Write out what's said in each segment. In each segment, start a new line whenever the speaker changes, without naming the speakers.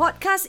Podcast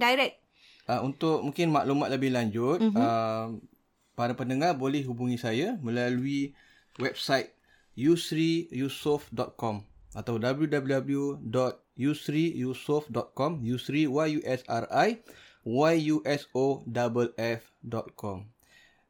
direct?
Uh, untuk mungkin maklumat lebih lanjut, mm-hmm. uh, para pendengar boleh hubungi saya melalui website yusriyusof.com atau www.yusriyusof.com yusri y u s r i y u s o f f.com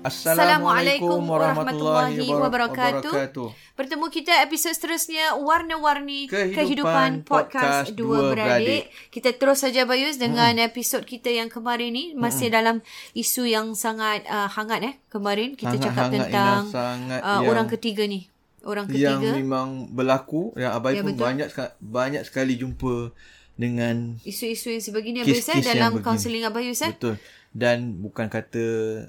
Assalamualaikum warahmatullahi wabarakatuh. wabarakatuh.
Bertemu kita episod seterusnya Warna-warni Kehidupan, Kehidupan Podcast, Podcast Dua Beradik. Beradik. Kita terus saja Bayus dengan hmm. episod kita yang kemarin ni masih hmm. dalam isu yang sangat uh, hangat eh kemarin kita hangat, cakap hangat, tentang Ina, uh, orang ketiga ni. Orang ketiga
yang memang berlaku yang abai ya, pun betul. banyak banyak sekali jumpa dengan
isu-isu yang sebegini Abayus eh, dalam kaunseling Abayus eh.
Betul dan bukan kata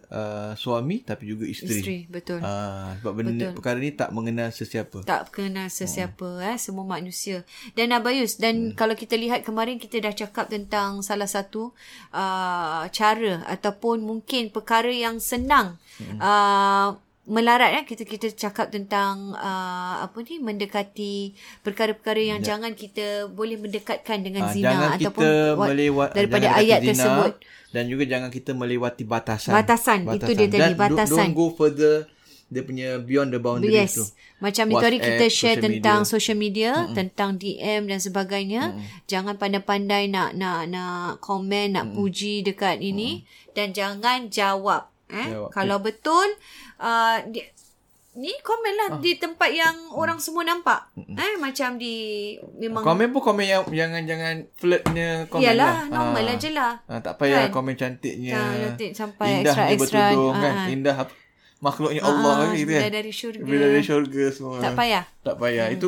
uh, suami tapi juga isteri.
Isteri, betul.
Uh, sebab benda betul. perkara ni tak mengenal sesiapa.
Tak mengenal sesiapa hmm. eh semua manusia. Dan Abayus dan hmm. kalau kita lihat kemarin kita dah cakap tentang salah satu uh, cara ataupun mungkin perkara yang senang hmm. uh, melarat eh kita kita cakap tentang uh, apa ni mendekati perkara-perkara yang ya. jangan kita boleh mendekatkan dengan ha, zina
Ah, jangan
ataupun
kita melewat,
daripada ayat
zina,
tersebut
dan juga jangan kita melewati batasan
batasan, batasan. itu dia tadi
dan
batasan
don't, don't go further dia punya beyond the boundary yes. tu.
Macam ni tadi kita share tentang media. eh, social media, Mm-mm. tentang DM dan sebagainya. Mm-mm. Jangan pandai-pandai nak nak nak komen, nak Mm-mm. puji dekat ini Mm-mm. dan jangan jawab eh Jawab. kalau betul uh, di, ni komen lah ah. di tempat yang orang semua nampak Mm-mm. eh macam di memang
komen pun komen yang jangan jangan flirtnya komen
Yalah, lah normal ha. aje lah
ha, tak payah kan? komen cantiknya
ha, cantik sampai indah extra extra Ah,
bertudung ha. kan indah makhluknya Allah ha, gitu kan
dari syurga
bila dari syurga semua
tak payah
tak payah hmm. itu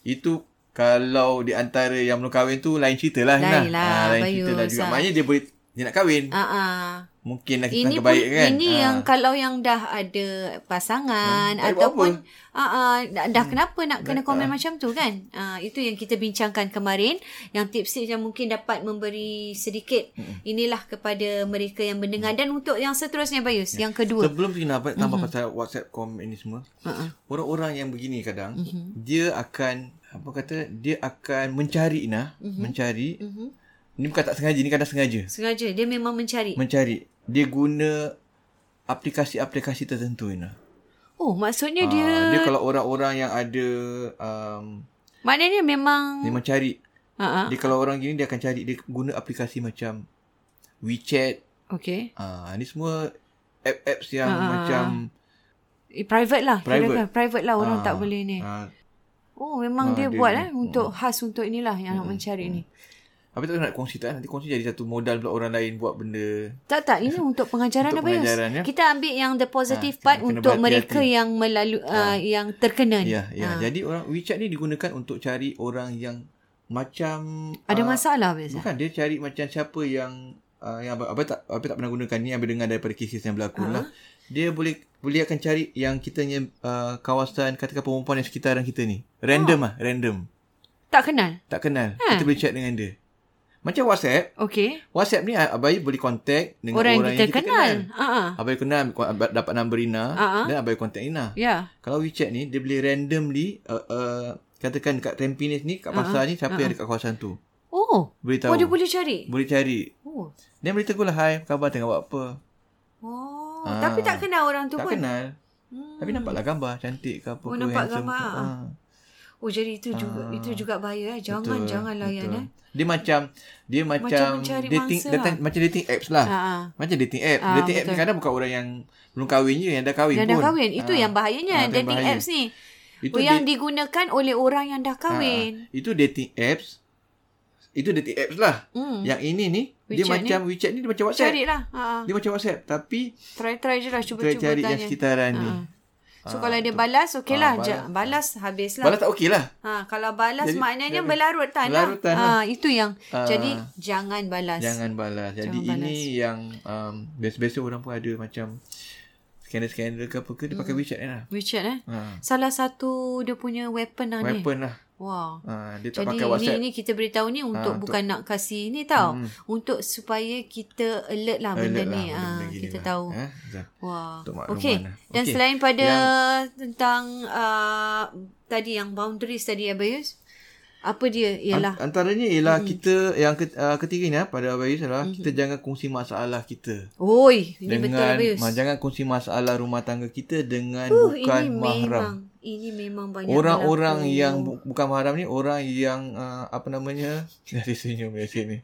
itu kalau di antara yang belum kahwin tu lain cerita lah
lain lah, ha,
lain Bayus, cerita lah juga maknanya dia boleh dia nak kahwin.
Uh-uh.
Mungkin lagi ini kebaik kan.
Ini ha. yang kalau yang dah ada pasangan hmm, ataupun uh-uh, dah, dah hmm. kenapa nak kena komen uh. macam tu kan. Uh, itu yang kita bincangkan kemarin. Yang tips-tips yang mungkin dapat memberi sedikit hmm. inilah kepada mereka yang mendengar. Dan untuk yang seterusnya Bayus, ya. yang kedua.
Sebelum kita nak tambah hmm. pasal WhatsApp komen ini semua. Uh-uh. Orang-orang yang begini kadang,
Mm-hmm.
hmm. dia akan apa kata dia akan mencari nah mm-hmm. mencari mm-hmm. Ni bukan tak sengaja, ni kadang sengaja.
Sengaja, dia memang mencari.
Mencari. Dia guna aplikasi-aplikasi tertentu Ina.
Oh, maksudnya Aa, dia
dia kalau orang-orang yang ada um,
maknanya memang ah,
dia mencari.
Ya.
Uh-huh. Dia kalau orang gini dia akan cari dia guna aplikasi macam WeChat.
Okay.
Ah, ni semua app-apps yang uh-huh. macam
private lah. Private, kira private lah orang uh, tak boleh ni.
ah,
Uh, oh, memang uh, dia, dia buat eh untuk uh, khas untuk inilah yang uh, nak mencari uh, ni.
Habis tak nak kongsi tak? Nanti kongsi jadi satu modal pula orang lain buat benda.
Tak tak, ini untuk pengajaran
untuk apa pengajaran, ya? Ah,
Kita ambil yang the positive ha, part untuk mereka hati. yang melalu ha. uh, yang terkena ni.
Ya, ya. Ha. Jadi orang WeChat ni digunakan untuk cari orang yang macam ah,
ada masalah uh, biasa.
Bukan dia cari macam siapa yang uh, yang apa tak apa tak pernah gunakan ni ambil dengar daripada kes-kes yang berlaku ha. lah. Dia boleh boleh akan cari yang kitanya uh, kawasan katakan perempuan yang sekitaran kita ni. Random ha. lah, random.
Tak kenal.
Tak kenal. Ha. Kita boleh chat dengan dia. Macam WhatsApp,
Okey.
WhatsApp ni ah, Abai boleh contact dengan
Orang, orang
orang,
kita, kenal. Ha ah.
kenal. Abai kenal ko- Abai dapat number Rina
Ah, ah.
dan Abai contact Rina.
Ya.
Kalau WeChat ni dia boleh randomly uh, uh, katakan dekat Tampines ni, kat pasar ni siapa yang dekat kawasan tu.
Oh.
Beritahu.
Oh dia boleh cari.
boleh cari.
Oh.
Dia boleh tegur lah, hai, khabar tengah buat apa.
Oh,
Ah.
tapi tak kenal orang tu
tak
pun.
kenal.
Hmm.
Tapi nampaklah gambar cantik ke apa
Oh,
ke,
nampak
handsome
gambar.
ke. Ah.
Oh jadi itu juga
Ah.
itu juga bahaya eh. Jangan
Betul,
jangan layan
betul.
eh.
Dia macam dia macam,
mencari
dating
mangsa
datang, macam dating apps lah.
Ha ah.
Macam dating app.
Ah,
dating app
betul.
ni kadang bukan orang yang belum kahwin je yang dah kahwin
Yang
pun.
dah kahwin itu
Ah,
yang bahayanya
Ah, itu yang
dating
bahaya.
apps ni.
Itu
yang
dat-
digunakan oleh orang yang dah
ah,
kahwin.
itu dating apps. Itu dating apps lah.
Hmm.
Yang ini ni
WeChat
dia
ni.
macam WeChat ni dia macam WhatsApp.
Carilah. Ha ah.
Dia macam WhatsApp tapi
Try try je lah
cuba
cuba-cuba
cari yang
tanya.
sekitaran ni.
Ah. So kalau dia balas okey
Ah,
lah. Ja- balas habislah.
Balas tak okey lah.
Ha, kalau balas
Jadi-
jadi, maknanya
jadi-
berlarutan lah.
berlarutan
ha, Itu yang.
Ah.
jadi jangan balas.
Jangan balas. Jadi
Jangan
ini yang um, biasa-biasa orang pun ada macam scanner-scanner ke apa ke dia
Hmm.
pakai WeChat ni lah.
WeChat eh.
Ha.
Salah satu dia punya weapon lah ni.
Weapon lah.
Wow.
Ha, dia tak
Jadi
pakai
ini,
WhatsApp.
ini kita beritahu ni untuk
Ah, untuk- Hmm.
bukan nak kasih ni tau. Untuk supaya kita alert lah benda
Alert
ni.
benda
Ah,
gini
kita
lah.
tahu.
Ha? Zah.
Wah.
Untuk makluman
Okey.
lah.
Dan
Okey.
selain pada tentang uh, tadi yang boundaries tadi Abayus. Apa dia? Ialah.
An- antaranya ialah mm. kita yang ke, uh, ketiga ni ah, pada Abayus adalah mm. kita jangan kongsi masalah kita.
Oi. Ini betul
dengan
Abayus.
ma, jangan kongsi masalah rumah tangga kita dengan
Uh,
bukan
ini
mahram.
memang. Ini memang banyak
Orang-orang
berlaku.
yang bu- bukan mahram ni orang yang uh, apa namanya? Dari senyum dari sini.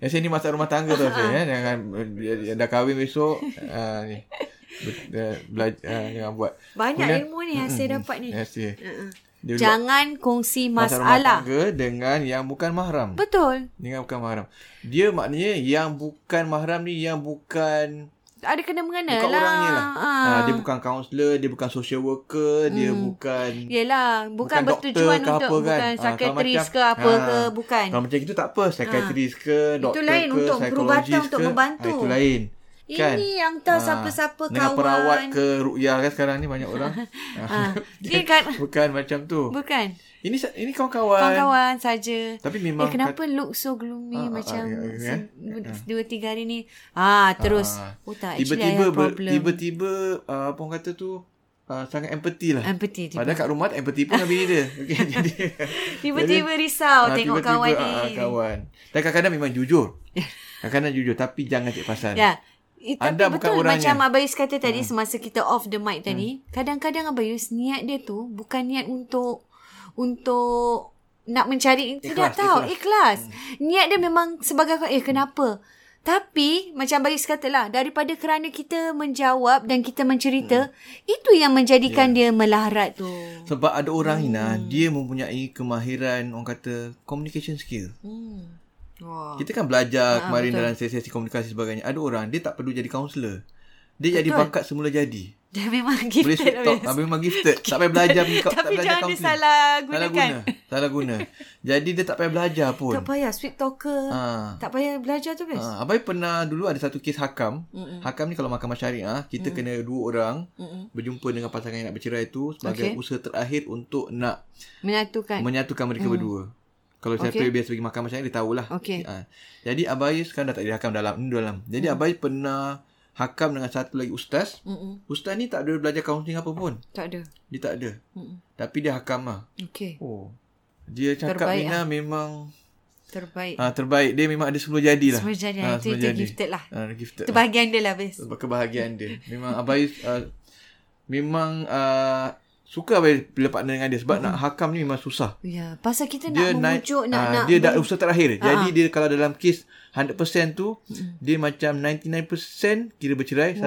Dari sini masak rumah tangga tu saya eh. jangan dia, dia dah kahwin besok uh, ni. Be- dia Belajar, uh, jangan buat.
Banyak
Kemudian-
ilmu ni yang saya dapat ni.
Ya, yes,
Uh-uh.
Dia buat
Jangan kongsi
masak rumah
masalah.
tangga dengan yang bukan mahram.
Betul.
Dengan bukan mahram. Dia maknanya yang bukan mahram ni yang bukan
Ada kena mengena
bukan
lah.
orangnya lah.
Ha.
Ha. dia bukan kaunselor, dia bukan social worker, dia bukan
Yelah, Hmm. bukan,
Bukan doktor
bertujuan
ke
untuk
apa kan.
bukan
Ah, kalau
sakatris
macam-
ke apa
ah.
ke, bukan. Ah.
kalau macam itu tak apa, psikiatris ha. ke, doktor
lain
ke,
untuk
psikologis
perubatan untuk
ke,
membantu.
Ha, itu lain. Kan?
Ini yang tahu
Ah,
siapa-siapa kawan.
Dengan perawat ke ruqyah kan sekarang ni banyak orang.
Ha.
ha.
Dia kan,
bukan macam tu.
bukan.
Ini sa- ini kawan-kawan.
Kawan-kawan saja.
Tapi memang
Eh, kenapa look so gloomy
Ah, ah,
macam
ah, ya, ya,
se- dua tiga hari ni? Ah, terus.
Ah,
oh tak, actually I
tiba-tiba
have
ber,
problem.
tiba-tiba uh, apa orang kata tu uh, sangat empathy lah.
Empathy tiba.
Padahal kat rumah tak empathy pun dengan bini dia. Okay, jadi
Tiba-tiba risau
ah,
tengok
tiba-tiba,
kawan
ah,
ni.
kawan. Dan kadang-kadang memang jujur. Kadang-kadang jujur tapi jangan cek pasal.
Ya. Eh, tapi
Anda
betul
bukan orangnya. Hmm.
macam Abayus kata tadi semasa kita off the mic tadi, kadang-kadang Abayus niat dia tu bukan niat untuk untuk nak mencari
Ikhlas, Hmm.
tidak tahu ikhlas. Niat dia memang sebagai eh kenapa? Tapi macam Abayus katalah daripada kerana kita menjawab dan kita mencerita,
Hmm.
itu yang
Ya.
menjadikan dia melarat tu.
Sebab ada orang hmm. Ina, dia mempunyai kemahiran orang kata communication skill.
Hmm. Ah, Wah.
Kita kan belajar kemarin betul. dalam sesi-sesi komunikasi sebagainya. Ada orang dia tak perlu jadi kaunselor. Dia betul. jadi bakat semula jadi.
Dia memang
Boleh
gifted
sweet talk.
Abayus.
Ah, memang gifted. tak payah belajar pergi kau- tak
Tapi
belajar
jangan dia
counselling.
salah
Salah
gunakan.
guna. Salah guna. Jadi dia tak payah belajar pun.
Tak payah sweet talker.
Ah.
Tak payah belajar tu, Bes.
Ah, Abai pernah dulu ada satu kes hakam. Mm-mm. Hakam ni kalau mahkamah syariah, kita mm. kena dua orang
Mm-mm.
berjumpa dengan pasangan yang nak bercerai tu sebagai okay.
Okey.
usaha terakhir untuk nak
Menyatukan.
menyatukan mereka mm. berdua. Kalau okay. saya
Okey.
biasa pergi mahkamah syariah, dia tahulah.
Okey.
Ha. Jadi Abai sekarang dah tak jadi hakam dalam. Ni dalam. Jadi mm. Abai pernah hakam dengan satu lagi ustaz.
Mm-mm.
Ustaz ni tak ada belajar kaunseling apa pun.
Tak ada.
Dia tak ada.
Mm-mm.
Tapi dia hakam lah.
Okey.
Oh. Dia cakap
Terbaik, ah.
Mina memang
Terbaik.
ah, terbaik. Dia memang ada semula jadi lah.
Semua jadi. Ah, itu,
semula
itu gifted lah.
Ah, gifted.
Itu bahagian dia lah, Bes.
Sebab kebahagiaan dia. Memang Abai uh, memang uh, suka Abai bila partner dengan dia. Sebab nak hakam ni memang susah.
Ya. Pasal kita
Dia
nak
naik,
memujuk, nak,
ah,
nak. Ah.
dia dah usaha terakhir. Jadi dia kalau dalam kes 100% tu, dia macam 99% kira bercerai. 1%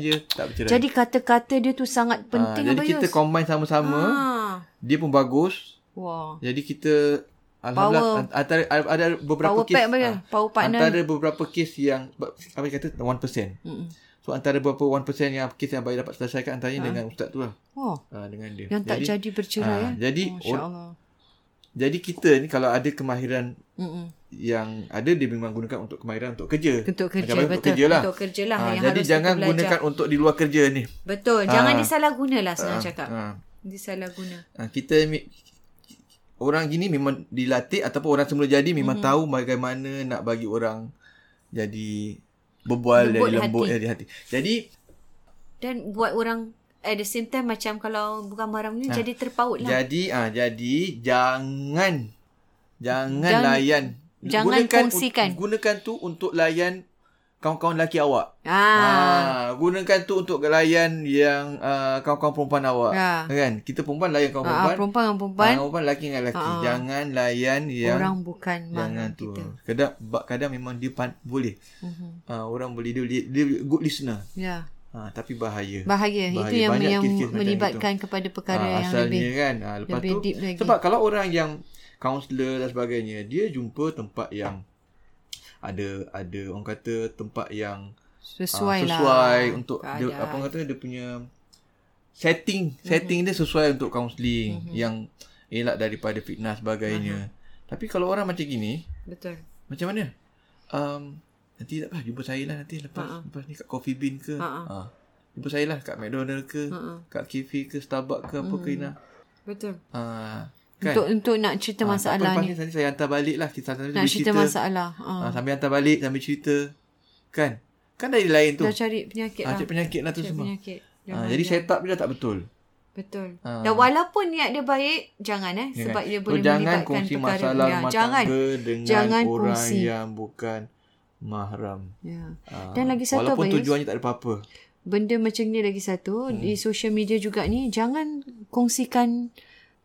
je tak bercerai.
Jadi kata-kata dia tu sangat
Ah,
penting,
jadi kita combine sama-sama.
Ah.
Dia pun bagus.
Wah.
Jadi kita Alhamdulillah Power. antara ada beberapa
Power
kes
pack Abayus.
ah,
Power partner.
antara beberapa kes yang apa kata 1%.
Mm-mm.
So antara berapa 1% yang kes yang baik dapat selesaikan antaranya dengan ustaz tu lah.
Wah.
Ha, dengan dia.
Yang tak jadi bercerai.
ah,
eh.
jadi
Masya
or,
Allah.
jadi kita ni kalau ada kemahiran
Mm-mm.
yang ada dia memang gunakan untuk kemahiran untuk kerja.
Untuk kerja,
Macam mana
betul.
Untuk kerja lah.
Untuk kerja lah
Ah,
yang
jadi
harus
jangan
kita belajar.
gunakan untuk di luar kerja ni.
Betul. Jangan
Ah.
disalahguna lah senang cakap.
Ha.
Disalahguna.
Ha, kita mi- orang gini memang dilatih ataupun orang semula jadi memang mm-hmm. tahu bagaimana nak bagi orang jadi berbual
Lembut
lembut dari lembut
hati.
hati. dari hati. Jadi
Dan buat orang at the same time macam kalau bukan barang ni jadi terpaut lah.
Ah. jadi ah jadi jangan jangan
Jangan-
layan
jangan kongsikan.
gunakan tu untuk layan kawan-kawan lelaki awak.
Ah.
Ah, gunakan tu untuk layan yang uh, kawan-kawan perempuan awak.
Ah.
Kan? Kita perempuan layan kawan
Ah, ah,
perempuan.
perempuan dengan
Ah,
perempuan.
perempuan lelaki dengan lelaki.
Ah.
Jangan layan yang
Orang bukan
jangan
mana
tu.
kita.
Kadang ba- kadang memang dia pan- boleh.
Mhm.
Ah, orang boleh dia, dia, dia good listener.
Ya.
Ah, tapi bahaya.
Bahaya.
Bahaya.
Itu yang
Banyak
yang
kes-kes macam
melibatkan kepada perkara
Ah,
yang
asalnya
lebih
kan. Ah, lepas
lebih
tu
deep lagi.
sebab kalau orang yang kaunselor dan sebagainya, dia jumpa tempat yang ada ada orang kata tempat yang
sesuai, lah. ya.
Ah, sesuai untuk dia,
keadaan.
apa orang kata dia punya setting setting mm-hmm. dia sesuai untuk
Mhm.
kaunseling mm-hmm. yang elak daripada fitnah sebagainya. Mm-hmm. Tapi kalau orang macam gini,
Betul.
macam mana? Um, nanti tak apa jumpa saya lah nanti lepas uh-uh. lepas ni kat Coffee Bean ke.
Ha-ha.
Ah. Jumpa saya lah kat McDonald ke,
Ha-ha. Hmm.
kat cafe ke, Starbucks ke apa ke lah. Ina.
Ha, Betul.
Ah,
Kan?
kan?
Untuk untuk nak cerita
Ah, tak apa,
masalah
lepas
ni.
ni nanti saya hantar balik lah kita sambil
Nak cerita masalah.
Ah,
Ha.
sambil hantar balik sambil cerita. Kan? Kan dari lain tu.
Dah cari penyakit
Ah,
lah.
cek penyakit lah tu
Cari
semua.
penyakit.
Ha,
Jangan,
jadi
jangan.
setup dia dah tak betul.
Betul.
Ah.
Dan walaupun niat dia baik, jangan eh.
Jangan.
Sebab dia
Kan? So,
boleh
jangan
melibatkan
kongsi
perkara.
masalah
ya,
rumah
jangan.
tangga dengan
Jangan
orang
kongsi.
yang bukan mahram.
Ya.
Ha,
Dan lagi satu
Walaupun Hmm.
apa, ya? Yus?
tujuannya tak ada apa-apa.
Benda macam ni lagi satu. Di social media juga ni, jangan kongsikan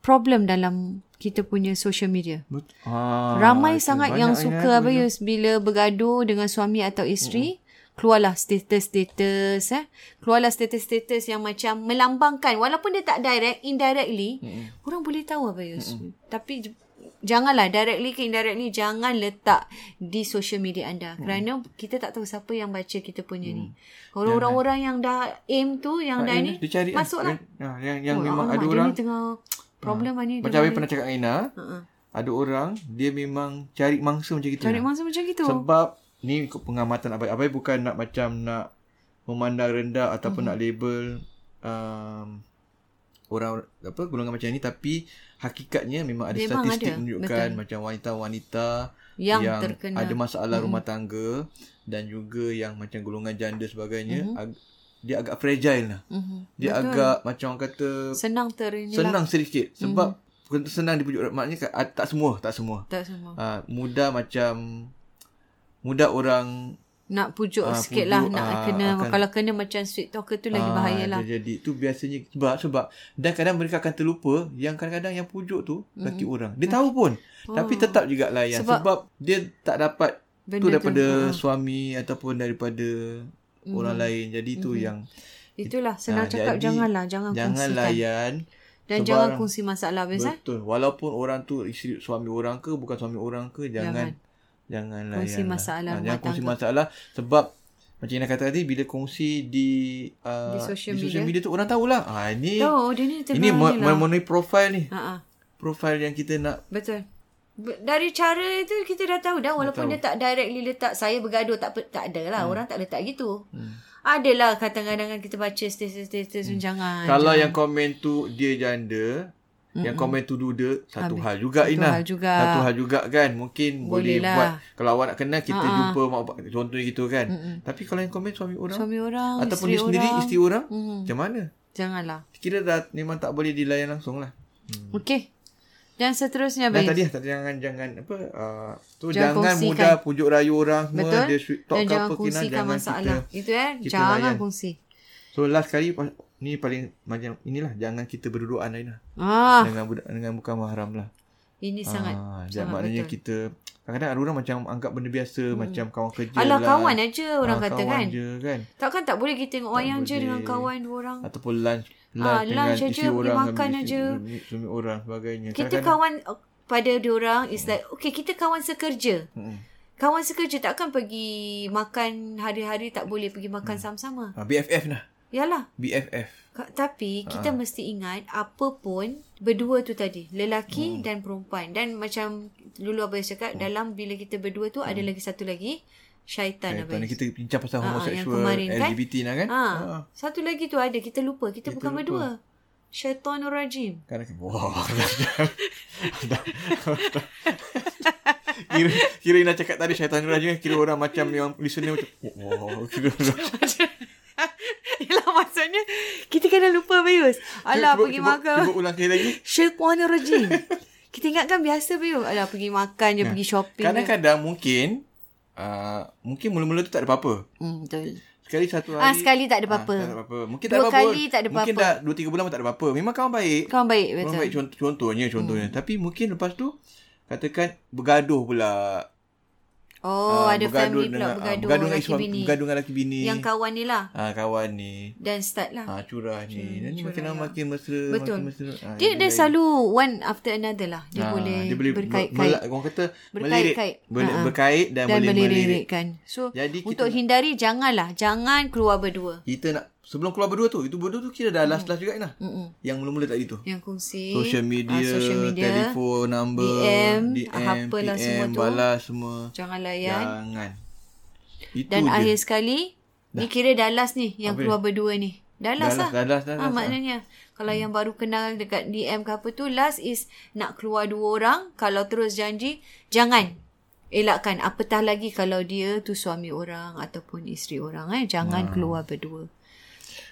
problem dalam kita punya social media.
Bet- ha,
Ramai
itu
sangat yang
banyak Hmm. ni,
suka
eh.
apa Yus bila bergaduh dengan suami atau isteri, keluarlah status-status eh. Keluarlah status-status yang macam melambangkan walaupun dia tak direct, indirectly,
Hmm.
orang boleh tahu apa Yus. Tapi j- janganlah directly ke indirectly jangan letak di social media anda
Hmm.
kerana kita tak tahu siapa yang baca kita punya ni. Kalau orang-orang yang dah aim tu yang
Tak,
dah
yang
ni
dia cari lah.
masuklah.
Ha, yang yang
Oh,
memang
alamak,
ada
dia
orang Ah.
ni tengah problem ha. ni. dia
macam saya
boleh-
pernah cakap dengan Aina,
Ha-ha.
ada orang dia memang cari mangsa macam kita.
Cari mangsa macam gitu.
Sebab ni ikut pengamatan abai. Abai bukan nak macam nak memandang rendah ataupun mm-hmm. nak label um, orang apa golongan macam ni tapi hakikatnya memang ada
Memang
memang statistik
ada,
ada. menunjukkan Betul. macam wanita-wanita
yang, yang terkena
ada masalah mm-hmm. rumah tangga dan juga yang macam golongan janda sebagainya mm-hmm. ag- dia agak fragile lah.
Mhm.
Dia Betul. agak macam orang kata
Senang terinilah.
senang sedikit sebab mm-hmm. senang dipujuk maknanya ah, tak semua, tak semua.
Tak semua.
Uh, mudah macam mudah orang
Nak pujuk
Ah,
sikit
pujuk,
lah. Nak
ah,
kena.
akan-
Kalau kena macam sweet talker tu lagi
ah,
bahaya lah.
dia jadi tu biasanya sebab sebab dan kadang mereka akan terlupa yang kadang-kadang yang pujuk tu mm-hmm. laki orang. Dia tahu pun oh. tapi tetap juga layan
Mhm. Sebab-
sebab, sebab dia tak dapat
Benda ha. Hmm.
tu daripada tu. suami ataupun daripada mm-hmm. orang
Mhm.
lain. Jadi tu mm-hmm. yang
Itulah. Senang
Ah,
cakap
jadi
janganlah. Jangan,
jangan
kongsikan.
layan
Dan
sebab
jangan
orang-
kongsi masalah. Bes, eh?
betul. Walaupun orang tu isteri suami orang ke bukan suami orang ke jangan jangan, layan.
Kongsi
lah.
masalah
jangan
rumah
kongsi
tangga.
masalah sebab macam Ina kata tadi bila kongsi di uh,
Di social
di social media tu orang tahulah. Ah ini
Tahu. eh? Oh, Dia ni tengah
Ini
ni
me-
lah.
memenuhi profil ni.
Ha, ha.
Profil yang kita nak
Betul. Be- Dari cara itu kita dah tahu dah walaupun dia tak directly letak saya bergaduh tak pe- tak ada lah hmm. orang tak letak gitu. Hmm. Adalah kadang-kadang kan kita baca status-status hmm. jangan.
kalau yang komen tu dia janda, mm yang komen tu duda, satu hal juga
Satu
Ina.
hal juga.
Satu hal juga kan. Mungkin
Boleh
boleh,
lah. Ah,
buat kalau awak nak kenal kita jumpa mak bapak contohnya gitu kan. Mm-mm. Tapi kalau yang komen suami orang
suami orang
ataupun
isteri
dia sendiri
orang,
isteri orang,
Mm.
macam mana?
janganlah.
Kira dah memang tak boleh dilayan langsung lah.
Okey. Dan seterusnya
Dan
Abang
tadi lah, tadi jangan jangan apa uh,
Jangan
tu jangan, jangan
kongsikan.
mudah pujuk rayu orang semua
Betul.
dia sweet talk
Dan
ke
jangan
apa kena
kongsikan
jangan
masalah.
kita
Itu eh.
kita
Jangan
layan.
kongsi.
So last kali pas- ni paling macam inilah jangan kita berduaan lain lah
Ah,
dengan budak dengan bukan mahram lah.
ini sangat. sangat
Ah, jangan maknanya
betul. Hmm.
kita kadang-kadang ada orang macam anggap benda biasa macam kawan kerja
Alah
lah.
kawan aja orang
Ah,
kata
kawan
kan.
je kan.
Takkan tak boleh kita tengok wayang je
boleh.
dengan kawan dua orang.
Ataupun lunch
Hmm.
lunch
Ah,
dengan
lunch aja,
isteri
pergi
orang
makan
dengan isteri-
aja.
suami, suami orang sebagainya.
Kita kawan uh, pada dia orang is like okay kita kawan sekerja.
Mm-mm.
Kawan sekerja takkan pergi makan hari-hari tak boleh pergi makan sama-sama.
ah, BFF lah.
Yalah.
BFF.
Ka- Tapi
Ah.
kita mesti ingat apa pun berdua tu tadi, lelaki
Hmm.
dan perempuan dan macam dulu abang cakap dalam bila kita berdua tu ada lagi satu lagi syaitan,
Tanda
abang.
Hmm. kita bincang
Ah, ah,
pasal
Kan yang
homoseksual,
kemarin kan.
LGBT lah kan.
Ha,
Ah,
satu lagi tu ada kita lupa, kita,
Kita
bukan
lupa.
berdua. Syaitanur rajim.
Kadang-kadang wah. kira, kira Ina cakap tadi syaitan raja kira orang macam yang listener macam wow kira
Yelah maksudnya Kita kena lupa Bayus Alah
Cuba-
pergi
cuba-
makan
cuba ulang sekali lagi
Syaitanirrajim Kita ingatkan biasa Bayus Alah pergi makan je Pergi shopping je
kadang-kadang mungkin uh, mungkin mula-mula tu tak ada apa-apa
hmm, Betul
sekali satu hari
Ah, sekali tak ada apa-apa.
tak ada apa-apa mungkin
Dua
tak ada apa-apa
kali tak ada
mungkin
apa-apa.
dah dua tiga bulan pun tak ada apa-apa memang kawan baik
Kawan baik
Orang
betul
baik contoh, contohnya contohnya. Hmm. Tapi mungkin lepas tu katakan bergaduh pula.
Oh
Ah,
ada family pula
ah,
Bergaduh
bergaduh dengan
Laki
suami,
bini
bergaduh dengan laki bini.
Yang kawan ni lah
ah, kawan ni.
Dan start lah
Ah curah ni. Dan ni makin
curah
lama makin mesra,
Betul.
makin mesra. Ah,
Dia
lain.
dia selalu One after another lah Dia
Ah,
boleh
dia boleh
Berkait-kait
mela- orang kata melirik.
Berkait-kait.
Boleh
Ah, ah.
berkait
Dan
dan, boleh
boleh
melirik.
lirikkan So
Jadi kita
untuk hindari Janganlah Jangan keluar berdua
kita nak sebelum keluar berdua tu, itu berdua tu kira dah last-last juga Inah.
Mm-mm.
Yang mula-mula tadi tu.
Yang kongsi
Social media,
ah, social media
telefon number,
DM,
DM
apalah
PM,
semua tu.
balas semua.
Jangan layan
Jangan. Itu
Dan
Ya, je.
akhir sekali Ni kira dah last ni Yang
Apa
keluar berdua ni Dah last lah
Dah last, dah last, dah
Ah,
last,
Maknanya Kalau yang baru kenal Dekat DM ke apa tu Last is Nak keluar dua orang Kalau terus janji Jangan Elakkan Apatah lagi Kalau dia tu suami orang Ataupun isteri orang eh Jangan
Ah.
keluar berdua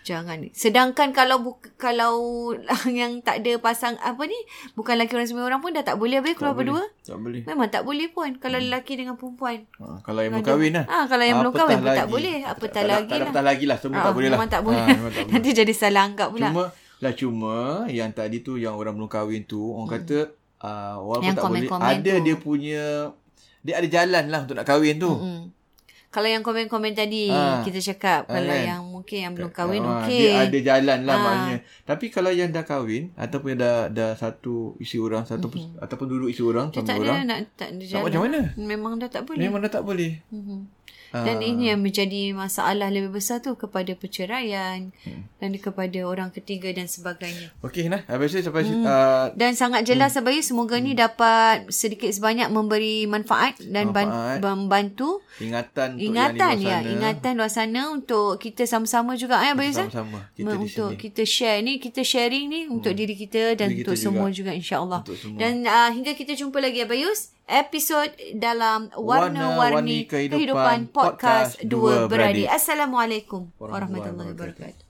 Jangan. Sedangkan kalau bu- kalau yang tak ada pasang apa ni, bukan lelaki orang semua orang pun dah tak boleh habis keluar berdua.
Tak boleh. Hmm.
Memang tak boleh pun kalau lelaki dengan perempuan.
Ha, kalau yang belum kahwin lah.
Ah, kalau yang belum
Apatah
kahwin pun tak
lagi.
boleh. Apatah
tak,
lagi
Tak, tak,
lah.
tak lagi lah. Semua
Ah,
tak boleh lah.
memang tak boleh.
Ah, memang tak boleh.
Nanti jadi salah anggap pula.
cuma, lah cuma yang tadi tu yang orang belum kahwin tu, orang kata uh, walaupun
Hmm. Yang
tak boleh,
komen-komen
ada
tu.
dia punya, dia ada jalan lah untuk nak kahwin tu.
Hmm. Kalau yang komen-komen tadi
Ah.
kita cakap kalau
kan?
yang mungkin yang belum kahwin
Ah,
okey.
Dia ada jalan lah
Ah.
maknanya. Tapi kalau yang dah kahwin, ataupun yang dah, dah satu isi orang, satu ataupun dulu isi orang,
Hmm. Dia
suami
tak ada
orang,
nak tak ada
tak
jalan.
macam mana? Ha.
Memang dah tak boleh.
Memang dah tak boleh.
Mhm. Dan ini yang menjadi masalah lebih besar tu kepada perceraian
Hmm.
dan kepada orang ketiga dan sebagainya.
Okey nah, habis tu sampai hmm. uh,
Dan sangat jelas hmm. Abang semoga ni dapat sedikit sebanyak memberi manfaat dan
Manfaat.
manfaat. membantu
ingatan untuk
ingatan
yang di
ya,
luar sana.
ingatan luar sana untuk kita sama-sama juga eh Abang Yusuf.
Sama-sama kita di
untuk
sini. Hmm.
kita share ni kita sharing ni untuk diri kita dan
Diri
untuk
kita juga.
semua juga insyaallah.
Untuk semua.
Dan uh, hingga kita jumpa lagi Abayus episod dalam warna-warni
Warna-Warni Kehidupan
kehidupan, podcast
Podcast Dua
dua beradik.
Beradik.
Assalamualaikum
Warahmatullahi
warahmatullahi
wabarakatuh.
wabarakatuh.